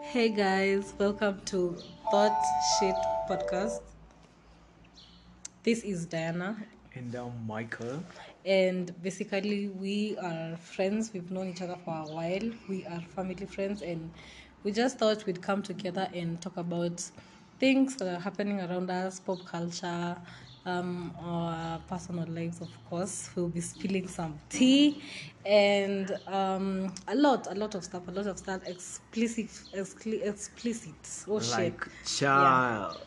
Hey guys, welcome to Thought Shit Podcast. This is Diana, And now Michael. and basically, we are friends. We've known each other for a while. We are family friends, and we just thought we'd come together and talk about things that are happening around us, pop culture, um, our personal lives, of course. We'll be spilling some tea and um, a lot, a lot of stuff, a lot of stuff explicit, excli- explicit. Oh, shit. Like child.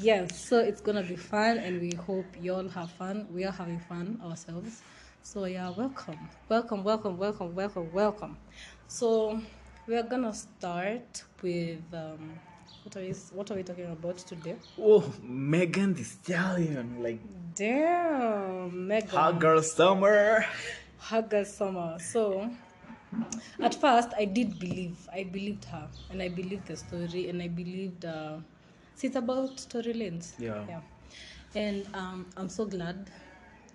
Yes, so it's gonna be fun, and we hope y'all have fun. We are having fun ourselves. So yeah, welcome, welcome, welcome, welcome, welcome, welcome. So we are gonna start with um, what are we, what are we talking about today? Oh, Megan the Stallion. Like Damn, Megan. hot girl summer. Hagar Summer. So, at first, I did believe. I believed her, and I believed the story, and I believed. Uh, see, it's about story lanes. Yeah. Yeah. And um, I'm so glad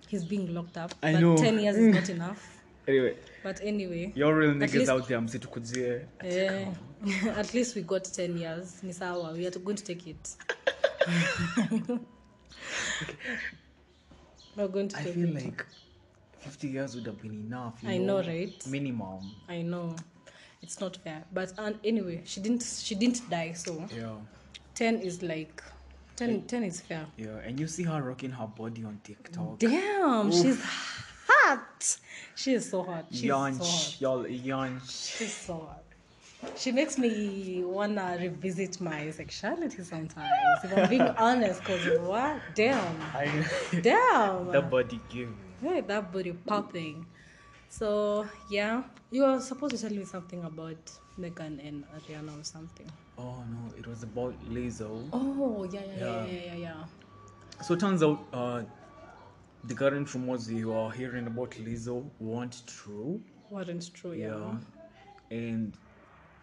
he's being locked up. I but know. Ten years is not enough. Anyway, But anyway. your real At niggas least- out there, msitukuzie. Eh, at least we got 10 years. Ni sawa. We are going to take it. We're going to I take feel it. like 50 years would have been enough. You I know, right? Minimum. I know it's not fair, but and anyway, she didn't she didn't die, so Yeah. ten is like 10, 10 is fair. Yeah. And you see her rocking her body on TikTok. Damn, she's hot. She is so hot. She's so hot. Yonch. Y'all, yonch. She's so hot. She makes me wanna revisit my sexuality sometimes. If I'm being honest, cause what? Damn, I, damn. that body gave. Hey, that booty popping. So yeah, you are supposed to tell me something about Megan and Ariana or something. Oh no, it was about Lizzo. Oh yeah yeah yeah Yeah. yeah yeah. yeah. So it turns out uh, the current rumors you are hearing about Lizzo weren't true. Weren't true, yeah. And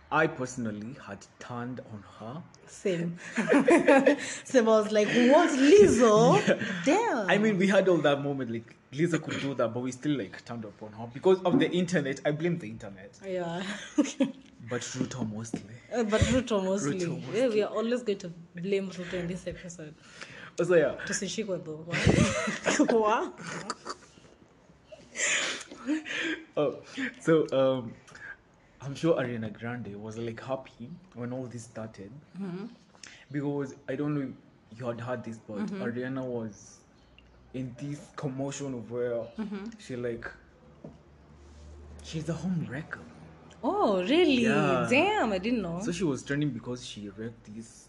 I personally had turned on her. Same. Same. I was like, what, Lizzo? Damn. I mean, we had all that moment, like, Lizzo could do that, but we still, like, turned upon her because of the internet. I blame the internet. yeah. But Ruto mostly. Uh, but Ruto mostly. Ruto Yeah, we are always going to blame Ruto in this episode. So, yeah. Tusishikwe though. What? what? Oh, so, um, I'm sure Ariana Grande was, like, happy when all this started. Because I don't know if you had heard this, but Ariana was in this commotion of where she, like, she's a home wrecker. Oh, really? Yeah. Damn, I didn't know. So she was trending because she wrecked these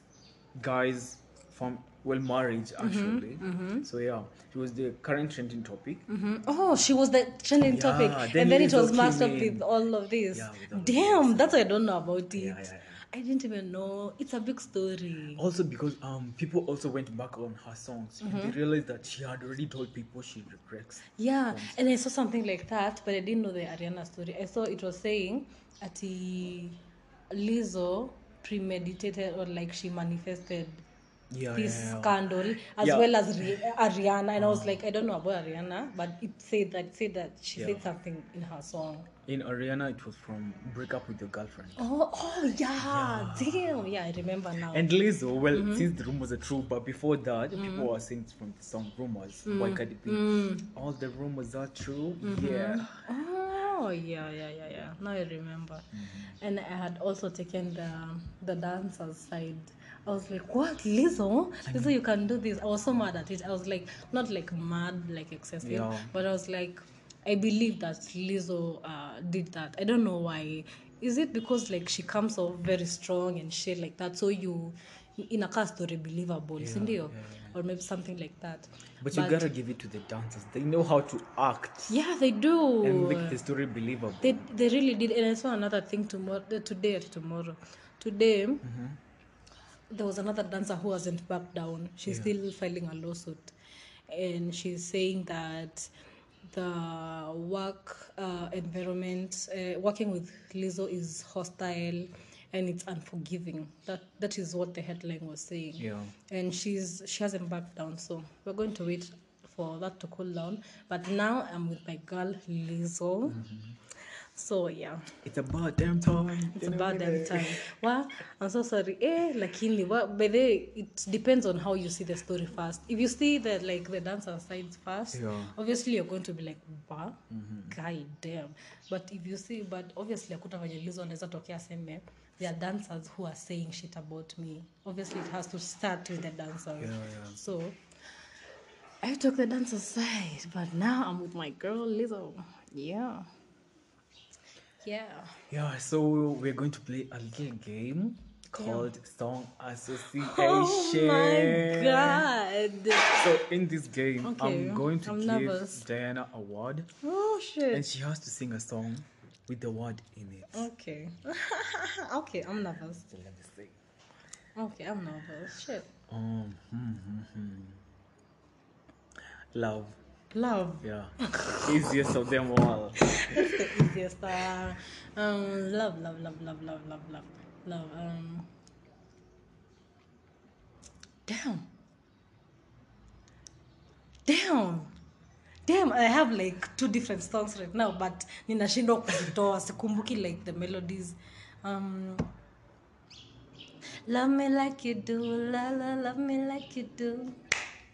guys from well marriage actually. So yeah, she was the current trending topic. Mhm. Oh, she was the trending Yeah, topic, then and then it Lizzo was mashed up came in. with all of this. Yeah, with all of Damn, that's why I don't know about it. Yeah, yeah, yeah. I didn't even know. It's a big story. Also because um people also went back on her songs and they realized that she had already told people she regrets. Yeah, and I saw something like that, but I didn't know the Ariana story. I saw it was saying Ati Lizzo premeditated or like she manifested Yeah, this yeah, yeah. scandal as Yeah. well as Ri- Ariana. And I was like, I don't know about Ariana, but it said that said that she said something in her song. In Ariana, it was from break up with your girlfriend. Oh, oh yeah, damn, yeah, I remember now. And Lizzo, well, since the rumors are true, but before that, people were saying it's from the song Rumors by Cardi B. All the rumors are true. Yeah. Oh yeah, yeah, yeah, yeah. Now I remember. And I had also taken the the dancer's side. I was like, what, Lizzo? Lizzo, you can do this. I was so mad at it. I was like, not like mad, like excessive, Yeah. but I was like, I believe that Lizzo uh, did that. I don't know why. Is it because like she comes off very strong and shit like that? So you, in a cast, story believable, yeah, or maybe something like that. But you gotta give it to the dancers. They know how to act Yeah, they do. and make the story believable. They, they really did, and I saw another thing tomorrow, today or tomorrow. Today, there was another dancer who hasn't backed down. She's still filing a lawsuit, and she's saying that the work uh, environment, uh, working with Lizzo, is hostile and it's unforgiving. That that is what the headline was saying. Yeah. And she's she hasn't backed down, so we're going to wait for that to cool down. But now I'm with my girl Lizzo. so yeah It's about damn time. it's about them time wa i'm so sorry eh lakini wa by the it depends on how you see the story first if you see the like the dancer sides first Yeah. Mm-hmm. obviously you're going to be like ba guy damn but if you see but obviously akuta venye lizo anaweza tokea aseme there are dancers who are saying shit about me obviously it has to start with the dancers Yeah, yeah. so i took the dancer side but now i'm with my girl lizo yeah yeah Yeah, so we're going to play a little game called Song Association. Oh my Oh god. So in this game, Okay, I'm going to I'm give nervous. Diana a word, Oh and shit. she has to sing a song with the word in it. Okay. okay, I'm nervous. So let me see. Okay, I'm nervous. Shit. Um, hmm, hmm, hmm. love. Love. Yeah, easiest of them all. That's the easiest. Uh, um, love, love, love, love, love, love, love, love. Um. Damn. Damn. Damn, I have like two different songs right now, but ninashindwa kuzitoa sikumbuki like the melodies. Um, Love me like you do, la la, love me like you do.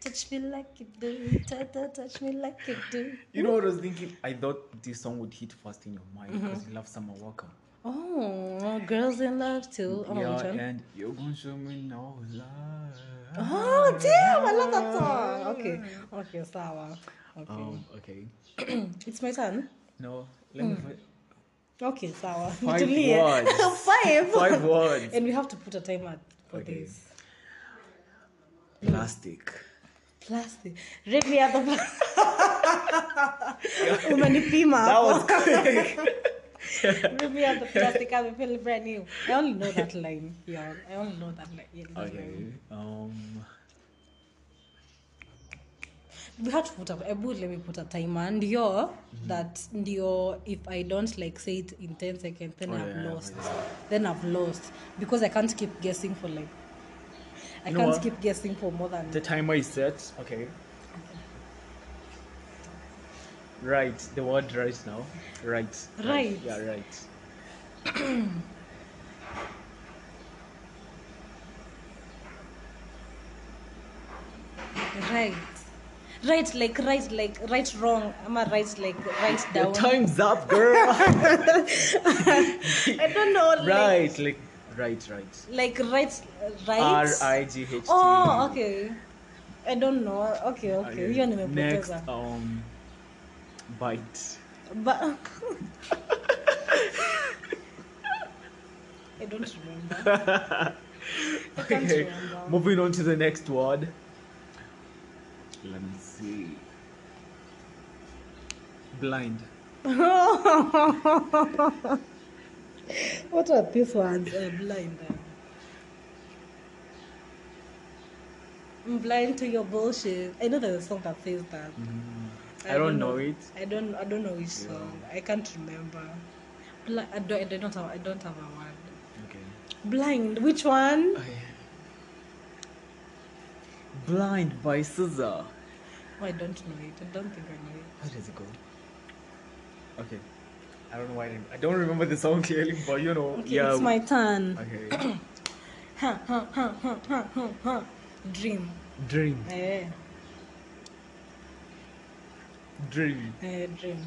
Touch me like you do, ta ta, touch me like you do. You know what I was thinking? I thought this song would hit first in your mind Mm-hmm. because you love Summer Walker. Oh, girls in love too. Oh, yeah, which one? and you're gonna show me no love. oh damn, I love that song. Okay, okay, sour. Okay, Um, okay. it's my turn. No, let Hmm. me. Find, Okay, sour. Five Nitulie. words. Five. Five words. And we have to put a timer for Okay. this. Plastic. Plastic. Rip me out the plastic. Umenipima. That was hapo. quick. Rip me out the plastic. I feel brand new. I only know that line. Yeah, I only know that line. Yeah, that line. okay. Um. we had to put up ebu let me put a timer ndio Mm-hmm. that ndio if i don't like say it in 10 seconds then Oh, i've yeah, lost then i've lost because i can't keep guessing for like i You know can't what? keep guessing for more than The timer is set. Okay. Right. The word right now. Right. Right. Yeah. Right. right right like right like right wrong am i right like right Your down time's up, girl. i don't know like, right. Like. Right. Right. like right right R I G H T. oh okay i don't know okay okay hiyo Next. nimepoteza Um. Bite. But I don't remember. I can't Okay, remember. moving on to the next word. Let me see. Blind. What are these ones? Uh, blind. uh. I'm blind to your bullshit. I know there's a song that says that. Mm-hmm. I don't Uh, know it. I don't. I don't know which song. I can't remember. Bli- I don't. I don't have. I don't have a word. Okay. Blind. Which one? Blind by Scissor. Oh, I don't know it. I don't think I know it. How does it go? Okay. I don't know why I, didn't, I don't remember the song clearly, but you know. Okay, yeah. it's my turn. okay. Huh, huh, huh, huh, huh, huh, huh. Dream. Dream. Eh, Dream. eh, dream.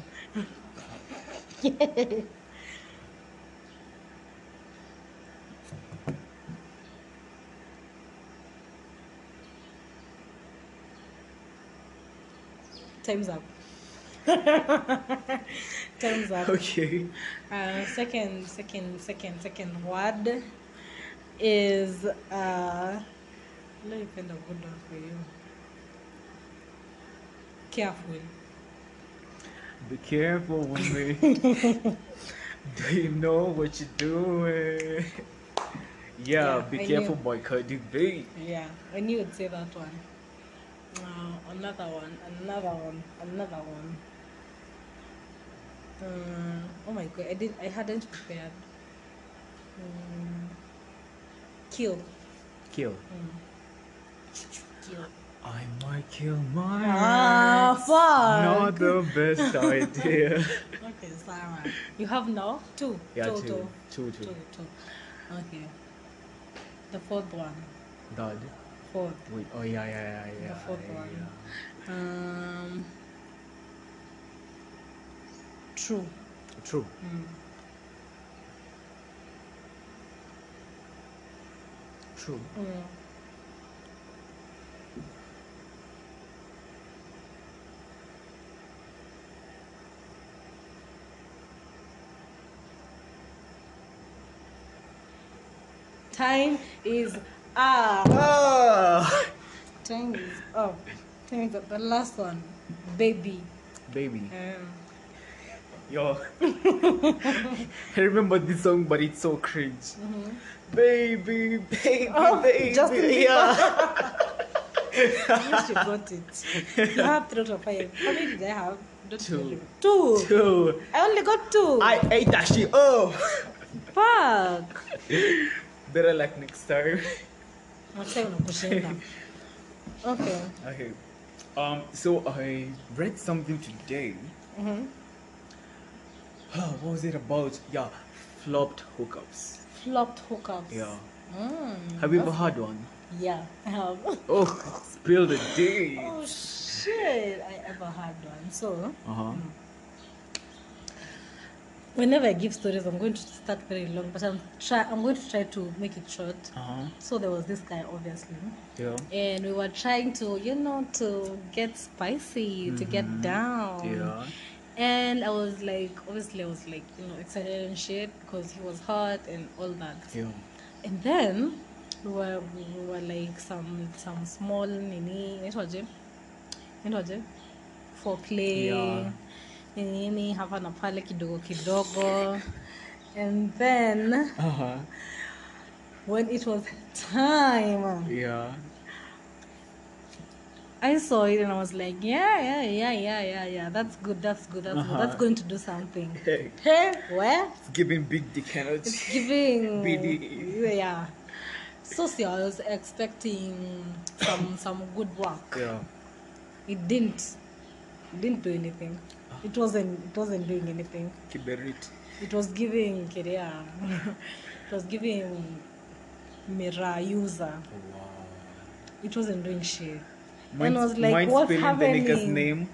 Time's up. Time's up. Okay. Uh, second, second, second, second word is uh, let me find a good one for you. Careful. Be careful with me. do you know what you're doing? Yeah, Yeah, be I careful knew. by Cardi B. Yeah, I knew you'd say that one. Uh, another one, another one, another one. Um, oh my god, I did. I hadn't prepared. Um, kill. Mm. Kill. Kill. I might kill my Ah, fuck. Not the best idea. Okay, sawa you have now two Yeah, two, two. two. Two, two two. two okay the fourth one Dad. fourth Wait. Oh yeah, yeah, yeah, yeah. the fourth yeah. one um true Hmm. True. True. Mm. Time is up. Ah, Time is up. Time is up. oh, The last one, baby. baby. Um, Yo. I remember this song, but it's so cringe. Baby, baby, Mm-hmm. Oh, baby. Justin Bieber. yeah. at least you got it. You have three out of five. How many did I have? Don't Two. remember. Two. Two. I only got two. I ate that shit. Oh. Fuck. Better luck next time. Wacha unakushinda. Okay. Okay. Um. So I read something today. Mhm. what was it about? Yeah, flopped hookups. Flopped hookups. Yeah. Mm. Have you ever had one? Yeah, I have. Oh, spill the day. Oh shit! I ever had one. So Uh huh. whenever I give stories, I'm going to start very long, but I'm try. I'm going to try to make it short. Uh huh. So there was this guy, obviously, Yeah. and we were trying to, you know, to get spicy, to get down. Mm-hmm. Yeah. And I was like, obviously, I was like, you know, excited and shit because he was hot and all that. Yeah. and then we were, we were like some some small nini inaitwaje inaitwaje for play Yeah. nini nini hapa na pale kidogo kidogo and then Uh huh. when it was time Yeah. i saw it and i was like yeah yeah yeah yeah yeah yeah that's good that's good that's Uh-huh. good that's going to do something Hey, hey where it's giving big dick energy. It's giving BDE. Yeah. So see, I was expecting some some good work. Yeah. It didn't. It didn't do anything. It wasn't. It wasn't doing anything. Kiberit. It was giving career. it was giving mirror user. Wow. It wasn't doing shit. Mind, and I was like, mind what's spelling happening? the nigga's name.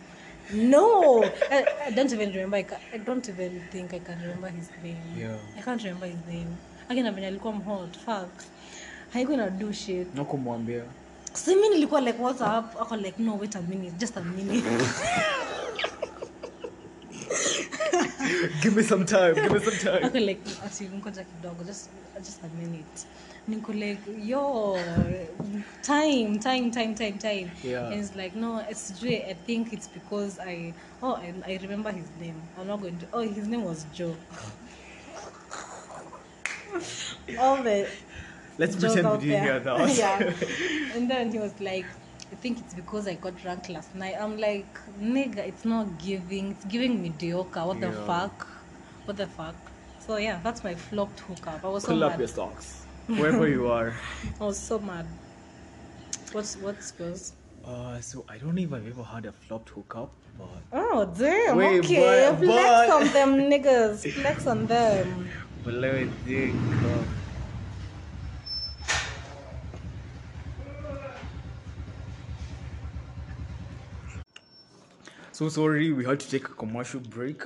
No, I, I don't even remember. I, ca- I don't even think I can remember his name. Yeah. I can't remember his name. Again, I mean, alikuwa mhot. Fuck. Haikuwa na do shit. No kumwambia. So mimi nilikuwa like what's up? Ako like no, wait a minute, just a minute. give me some time. Give me some time. Ako like ati ngoja kidogo, just just a minute. Niko like yo time time time time time. Yeah. And it's like no, it's Joe. I think it's because I oh I, I remember his name. I'm not going to oh his name was Joe. All the Let's joke pretend we out didn't hear there. that. yeah. And then he was like, I think it's because I got drunk last night. I'm like, nigga, it's not giving. It's giving mediocre. What the Yeah. fuck? What the fuck? So yeah, that's my flopped hookup. I was Pull so up mad. your socks. Wherever you are. I was so mad. What's what's yours? Uh, so I don't know if I've ever had a flopped hookup, but Oh damn! Wait, okay, but- flex but- on them niggas. Flex on them. but let me think. um, so sorry, we had to take a commercial break.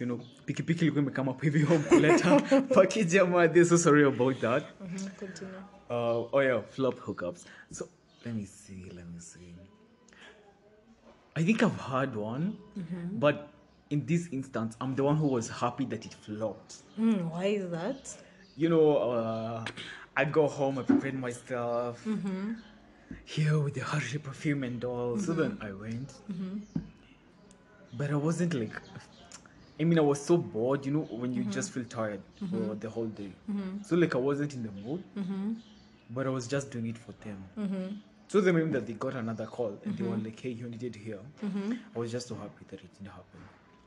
You know, pikipiki ilikuwa imekama hapo hivi home kuleta package ya madhe. So sorry about that. Mhm, Continue. Uh, oh yeah, flop hookups. So let me see, let me see. I think I've had one, but in this instance, I'm the one who was happy that it flopped. Hmm, why is that? You know, uh, I go home, I prepared myself here with the Hershey perfume and all. So then I went, but I wasn't like. I mean, I was so bored, you know, when you just feel tired for the whole day. So, like, I wasn't in the mood, but I was just doing it for them. So they remember that they got another call and they were like, hey, you needed here. I was just so happy that it didn't happen.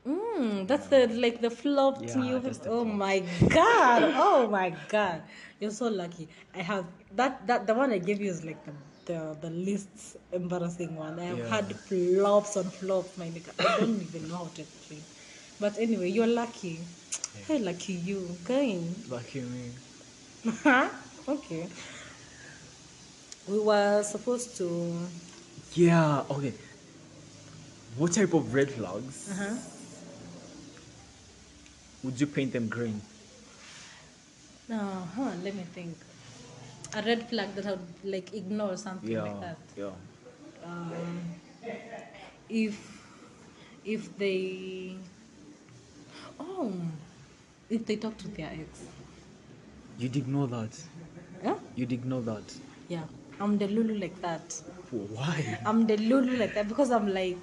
Mm, that's the like the flopped Yeah, new. that's the oh my god! Oh my god! You're so lucky. I have that that the one I gave you is like the the, the least embarrassing one. I have Yeah. had flops on flops, my nigga. I don't even know how to explain. But anyway, you're lucky. Hey, lucky you. Going. Lucky me. okay. We were supposed to. Yeah, okay. What type of red flags Uh-huh. would you paint them green? No, huh, let me think. A red flag that I would like ignore something Yeah. like that. Yeah. Um, if if they oh if they talk to their ex, You'd ignore that. yeah, You'd ignore that. yeah. I'm the lulu like that. Why? I'm the lulu like that because I'm like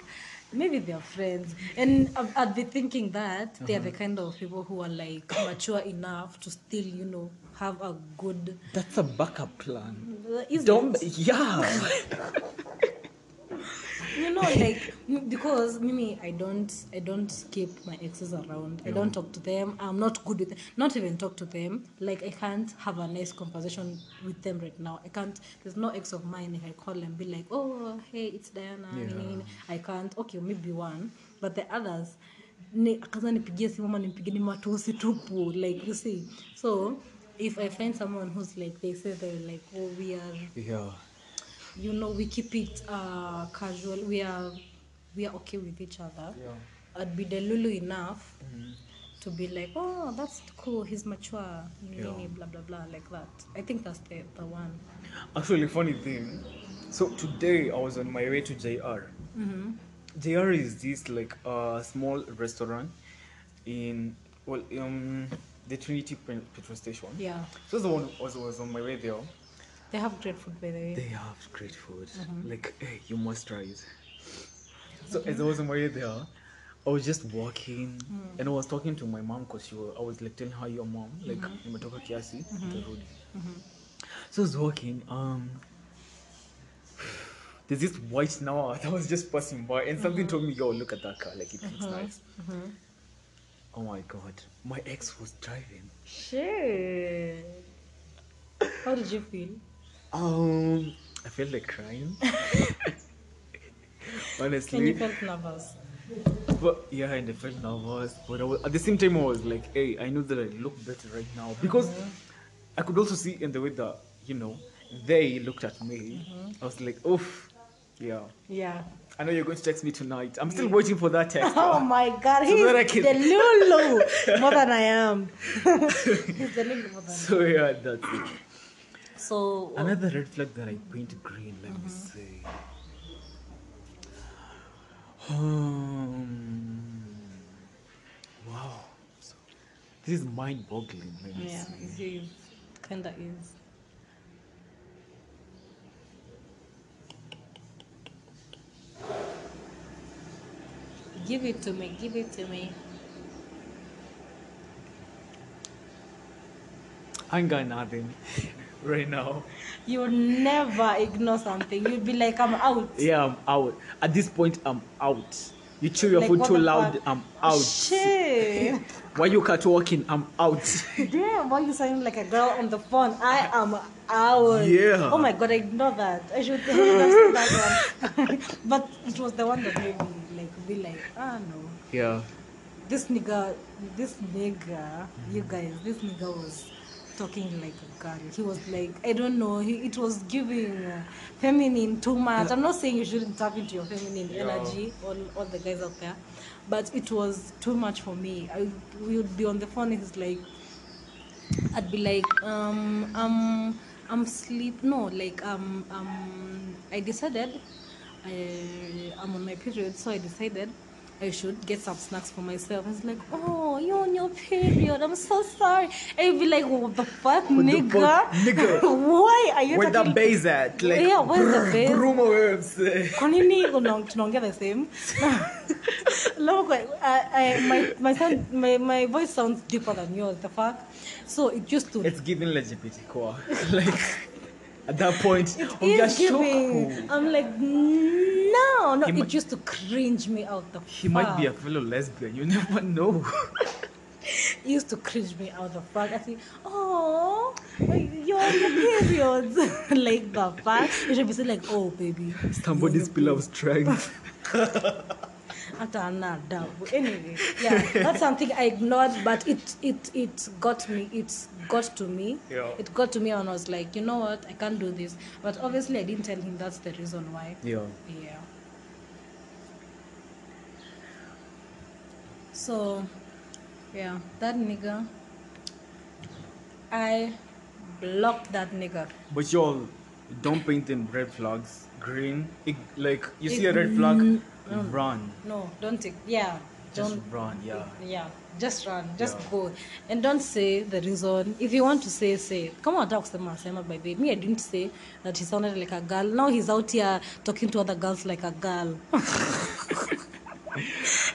maybe they're friends and I've, I've been thinking that they are the kind of people who are like mature enough to still you know have a good That's a backup plan. is Don't. Yeah. you know like m- because mimi i don't i don't skip my exes around i don't talk to them i'm not good with not even talk to them like i can't have a nice conversation with them right now i can't there's no ex of mine if i call and be like oh hey it's diana Yeah. nini, nini. i can't okay maybe one but the others ni- kaza nipigie simu ama nimpige ni matusi tupu like you see so if i find someone who's like they say they're like oh we are yeah. you know we keep it uh, casual we are we are okay with each other i'd be the lulu enough to be like oh that's cool he's mature nini, blah blah blah like that i think that's the, the one Actually, funny thing. So today I was on my way to JR. Mm-hmm. JR is this like a small restaurant in well um the Trinity Pen- petrol station. yeah So the one was was on my way there. they have great food by the way They have great food. Like hey, you must try it. So as I was on my way there, I was just walking and I was talking to my mom because she was, I was like telling her your mom like nimetoka kiasi nitarudi." So I was walking. Um, there's this white Nawa that was just passing by and something told me, "Yo, look at that car. Like it looks nice." Oh my god, my ex was driving. sure how did you feel Um, I felt like crying. and you Honestly, felt nervous but yeah, and I felt nervous. But I was, at the same time, I was like, hey, I know that I look better right now because I could also see in the way that you know they looked at me. I was like, oof, yeah. yeah I know you're going to text me tonight. I'm still waiting for that text. Oh my god, he's that I the can- Lulu more than I am. he's the Lulu more than so yeah, that's it. So, Another red flag that I paint green, let me see. Um, wow. So, this is mind boggling, let me yeah, see. it is. Kinda is. Give it to me, give it to me. I ain't got nothing right now. You will never ignore something. You'll be like, I'm out. Yeah, I'm out. At this point, I'm out. You chew your Like, food what too the loud, fuck? I'm out. Shit. Why you cut walking, I'm out. Damn, why you sounding like a girl on the phone? I am out. Yeah. Oh my god, I ignore that. I should have understood that one. but it was the one that made me like be like, ah no. yeah. this nigga this nigga you guys this nigga was talking like a girl he was like i don't know he, it was giving uh, feminine too much i'm not saying you shouldn't tap into your feminine energy all, all the guys out there but it was too much for me i we would be on the phone he's like I'd be like, um, um, I'm sleep. No, like, um, um, I decided I, I'm on my period, so I decided I should get some snacks for myself. It's like, oh, you're on your period. I'm so sorry. I'd be like, what the fuck, What the nigga? fuck, nigga? Why are you Where the talking? base at? Like, Yeah, where's the brr, base? broom away, I'm saying. kwa nini una- tunaongea the same Alafu kwa- I- I- my, my, sound, my, my voice sounds deeper than yours the fuck so it used to It's giving LGBT core. like at that point, we are is shook. giving. I'm like, no, no. He it might- used to cringe me out the. He might be a fellow lesbian. You never know. It used to cringe me out the fuck. I think, oh, you're on your periods, like the fuck. You should be saying like, oh, baby. Somebody's pillar of strength. hata ana adabu anyway yeah that's something i ignored but it it it got me it got to me Yeah. it got to me and i was like you know what i can't do this but obviously i didn't tell him that's the reason why Yeah. yeah so yeah that nigga i blocked that nigga But y'all don't paint in red flags green. It, like you see a red flag, run. no don't take yeah Mm. Just don't run, yeah. yeah just run just Yeah. go and don't say the reason if you want to say say kama hata kusema asema baby me i didn't say that he sounded like a girl now he's out here talking to other girls like a girl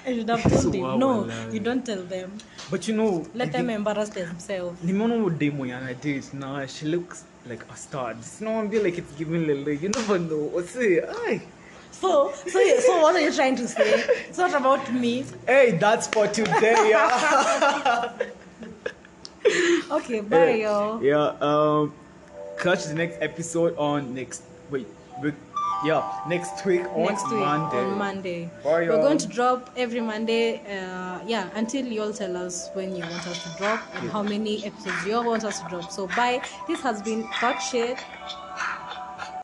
I should have told him. No, Wallahi. you don't tell them. But you know, Let them embarrass themselves. nimeona huyo demo yana date na she looks like a stud. Sinaambia like it's giving lele. You never know. Wasi, ay. So, so, yeah, so what are you trying to say? It's not about me. Hey, that's for today. Yeah. Okay, bye, y'all. yeah. Um, catch the next episode on next. Wait, wait yeah, next week on next week Monday. on Monday. Bye, We're y'all. going to drop every Monday. Uh, yeah, until you all tell us when you want us to drop and how many episodes you all want us to drop. So bye. This has been Talk Shit.